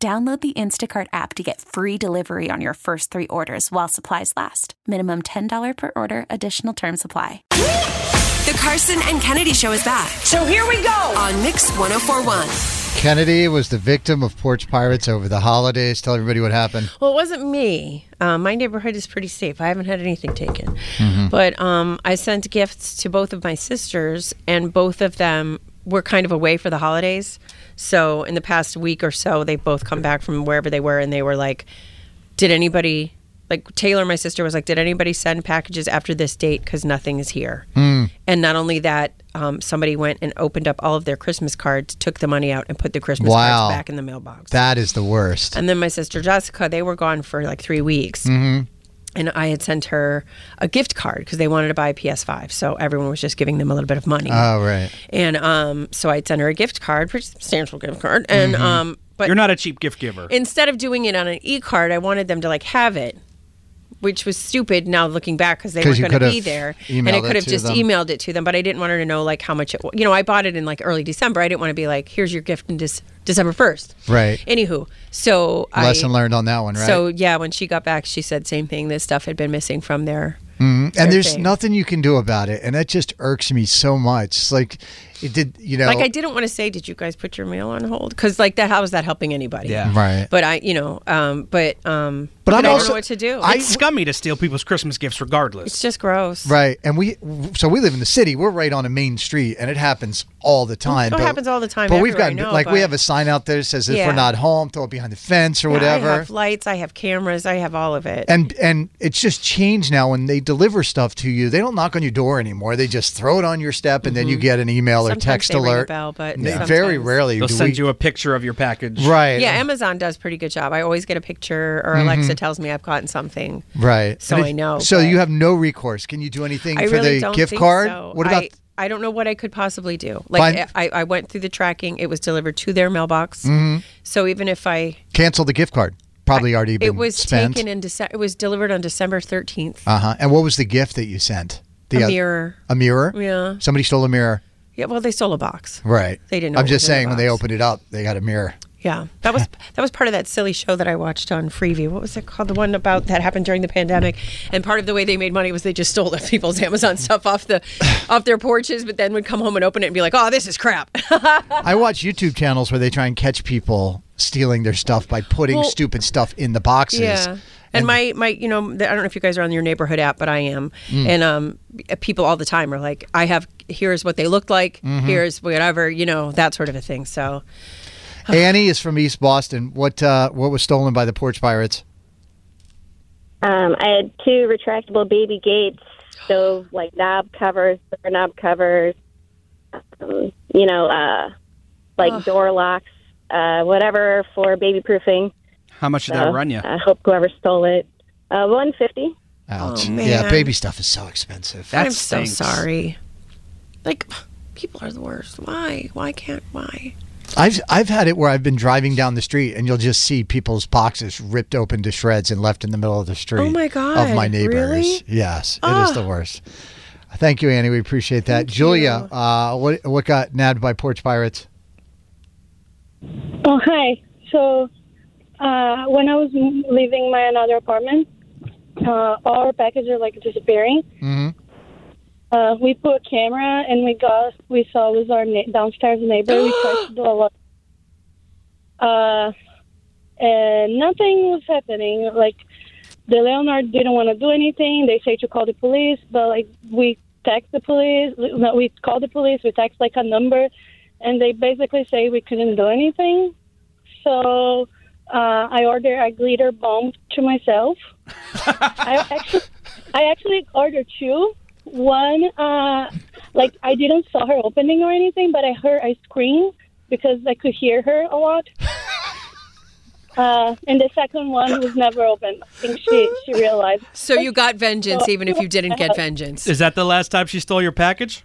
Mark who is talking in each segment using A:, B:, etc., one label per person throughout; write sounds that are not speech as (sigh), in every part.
A: Download the Instacart app to get free delivery on your first three orders while supplies last. Minimum $10 per order, additional term supply.
B: The Carson and Kennedy show is back
C: So here we go.
B: on Mix 1041.
D: Kennedy was the victim of porch pirates over the holidays. Tell everybody what happened.
E: Well, it wasn't me. Um, my neighborhood is pretty safe. I haven't had anything taken. But um, I sent gifts to both of my sisters, and both of them were kind of away for the holidays. So in the past week or so, they both come back from wherever they were, and they were like, "Did anybody?" Like Taylor, my sister, was like, "Did anybody send packages after this date? Because nothing is here." And not only that, um, somebody went and opened up all of their Christmas cards, took the money out, and put the Christmas
D: Wow.
E: cards back in the mailbox.
D: That is the worst.
E: And then my sister Jessica, they were gone for like three weeks.
D: Mm-hmm.
E: And I had sent her a gift card because they wanted to buy a PS5. So everyone was just giving them a little bit of money.
D: Oh, right.
E: and um, so I'd sent her a gift card, pretty substantial gift card. And
D: Mm-hmm.
E: um, but
F: You're not a cheap gift giver.
E: instead of doing it on an e card, I wanted them to like have it, which was stupid now looking back because they weren't
D: 'Cause you
E: going to
D: could've
E: be there.
D: emailed
E: And I
D: it
E: could have
D: to
E: just
D: them.
E: emailed it to them, but I didn't want her to know like how much it was. You know, I bought it in like early December. I didn't want to be like, here's your gift in Dec- December 1st.
D: Right.
E: Anywho, so
D: Lesson
E: I.
D: learned on that one, right?
E: So yeah, when she got back, she said same thing. This stuff had been missing from there.
D: and there's
E: thing.
D: nothing you can do about it, and that just irks me so much. It's like it did, you know?
E: Like I didn't want to say, did you guys put your meal on hold? Because like that, how is that helping anybody?
F: Yeah.
D: Right.
E: But I, you know, um, but um,
D: But
E: but,
D: I'm
E: I don't
D: also-
E: know what to do.
D: I-
E: it's,
F: it's scummy to steal people's Christmas gifts, regardless.
E: it's just gross.
D: Right, and we so we live in the city. We're right on a main street, and it happens all the time.
E: it happens all the time
D: But we've
E: everywhere, I
D: got
E: know,
D: like we
E: but-
D: have a sign out there that says if
E: Yeah.
D: we're not home, throw it behind the fence or
E: Yeah,
D: whatever.
E: I have lights. I have cameras. I have all of it.
D: and and it's just changed now when they deliver stuff to you they don't knock on your door anymore they just throw it on your step and then you get an email or
E: Mm-hmm. Sometimes
D: text
E: they ring a
D: alert
E: bell, but
D: N-
E: sometimes-
D: very rarely
F: They'll
D: do
F: send
D: we,
F: you a picture of your package.
D: right
E: yeah, Amazon does pretty good job. I always get a picture, or
D: Mm-hmm.
E: Alexa tells me I've gotten something.
D: right
E: So
D: And
E: I know,
D: so
E: but-
D: you have no recourse can you do anything
E: I
D: for
E: really
D: the
E: don't
D: gift
E: think
D: card
E: so.
D: what about
E: I, I don't know what I could possibly do. Like
D: Fine.
E: I, I went through the tracking; it was delivered to their mailbox.
D: Mm-hmm.
E: So even if I,
D: cancel the gift card probably already been
E: it was
D: spent
E: taken in December. It was delivered on December thirteenth.
D: uh-huh and what was the gift that you sent the
E: a
D: oth-
E: mirror.
D: a mirror
E: Yeah.
D: somebody stole a mirror
E: Yeah. Well, they stole a box.
D: right
E: They didn't know
D: i'm
E: what
D: just
E: was in the
D: saying when they
E: box.
D: opened it up they got a mirror
E: Yeah. That
D: (laughs)
E: was that was part of that silly show that I watched on Freeview. What was it called? The one about that happened during the pandemic. And part of the way they made money was they just stole (laughs) the people's Amazon stuff off
D: (laughs)
E: the off their porches, but then would come home and open it and be like, "Oh, this is crap." (laughs)
D: I watch YouTube channels where they try and catch people stealing their stuff by putting
E: Well-
D: stupid stuff in the boxes.
E: Yeah. And my, my, you know, the, I don't know if you guys are on your neighborhood app, but I am. And um, people all the time are like, I have, here's what they looked like, here's whatever, you know, that sort of a thing. So
D: Annie is from East Boston. What uh, what was stolen by the porch pirates?
G: Um, I had two retractable baby gates, stove like knob covers, door knob covers, um, you know, uh, like door locks, uh, whatever for baby proofing.
F: How much did that run you?
G: I hope whoever stole it. Uh, one fifty.
D: Ouch.
E: Oh, man.
D: Yeah, baby stuff is so expensive.
F: That
E: I'm so
F: stinks.
E: sorry. Like, people are the worst. Why? Why can't, why?
D: I've I've had it where I've been driving down the street and you'll just see people's boxes ripped open to shreds and left in the middle of the street.
E: Oh my
D: Of
E: God,
D: my neighbors.
E: really? Ah.
D: Yes, it is the worst. Thank you, Annie. We appreciate that. Julia, uh, what what got nabbed by porch pirates?
H: Oh, hi. So, uh, when I was m- leaving my another apartment, uh, all our packages are like disappearing.
D: Mhm.
H: Uh, we put a camera and we got we saw was our na- downstairs neighbor. we tried to do a lot. Uh, and nothing was happening. Like the Leonard didn't want to do anything. They say to call the police, but like we text the police. No, we call the police. We text like a number, and they basically say we couldn't do anything. So uh, I ordered a glitter bomb to myself. I actually, I actually ordered two. One, uh, like I didn't saw her opening or
D: (laughs)
H: anything, but I heard I scream because I could hear her a lot. Uh, and the second one was never open. I think she, she realized.
E: So you got vengeance, even if you didn't get vengeance.
F: Is that the last time she stole your package?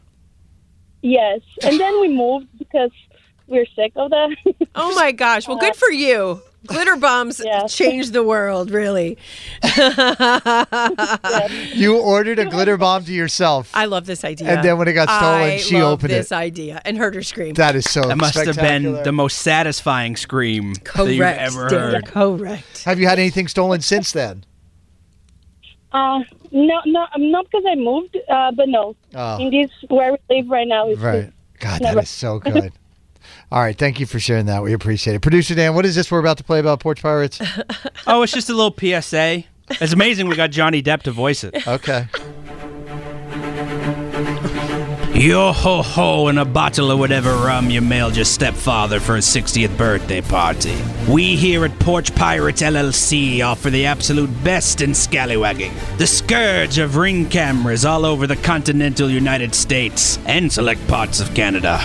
H: Yes. And then we moved because we were sick of that.
E: (laughs)
H: (laughs)
E: Oh my gosh! Well, good for you. Glitter bombs
H: Yeah.
E: changed the world, really.
D: You ordered a glitter bomb to yourself.
E: I love this idea.
D: And then when it got stolen,
E: I
D: she
E: love
D: opened
E: this
D: it.
E: idea and heard her scream.
D: that is so.
F: That must have been
D: spectacular.
F: the most satisfying scream that you've
E: Correct.
F: ever
E: Dan,
F: heard.
E: Correct.
D: Have you had anything stolen since then?
H: Uh, no, no, um, not because I moved, uh, but no.
D: Oh.
H: In this where we live right now, it's
D: Right. God, that
H: Never.
D: is so good. All right, thank you for sharing that. We appreciate it. Producer Dan, what is this we're about to play about Porch Pirates?
F: Oh, it's just a little PSA. It's amazing we got Johnny Depp to voice it.
D: Okay.
F: Yo ho ho, and a bottle of whatever rum you mailed your stepfather for his 60th birthday party. We here at Porch Pirates LLC offer the absolute best in scallywagging. The scourge of ring cameras all over the continental United States and select parts of Canada.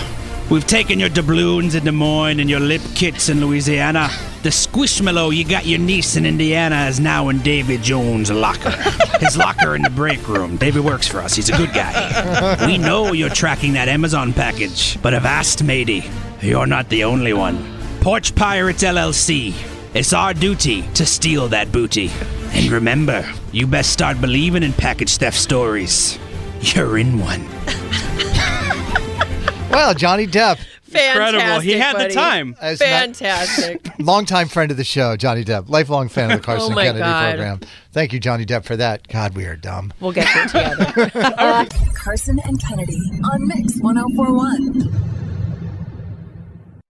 F: We've taken your doubloons in Des Moines and your lip kits in Louisiana. The squishmallow you got your niece in Indiana is now in Davy Jones' locker. His locker in the break room. Davy works for us. He's a good guy. (laughs) We know you're tracking that Amazon package, but avast, matey, you're not the only one. Porch Pirates LLC. It's our duty to steal that booty. And remember, you best start believing in package theft stories. You're in one.
D: Well, Johnny Depp,
E: Fantastic, buddy.
D: as Matt-
E: Fantastic.
D: longtime friend of the show, Johnny Depp, lifelong fan of the Carson
E: my
D: Kennedy
E: God.
D: program. Thank you, Johnny Depp, for that. God, we are dumb.
E: (laughs) we'll get there together.
B: Carson and Kennedy on Mix 1041.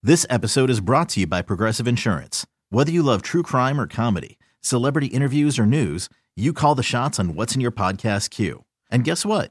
C: This episode is brought to you by Progressive Insurance. Whether you love true crime or comedy, celebrity interviews or news, you call the shots on what's in your podcast queue. And guess what?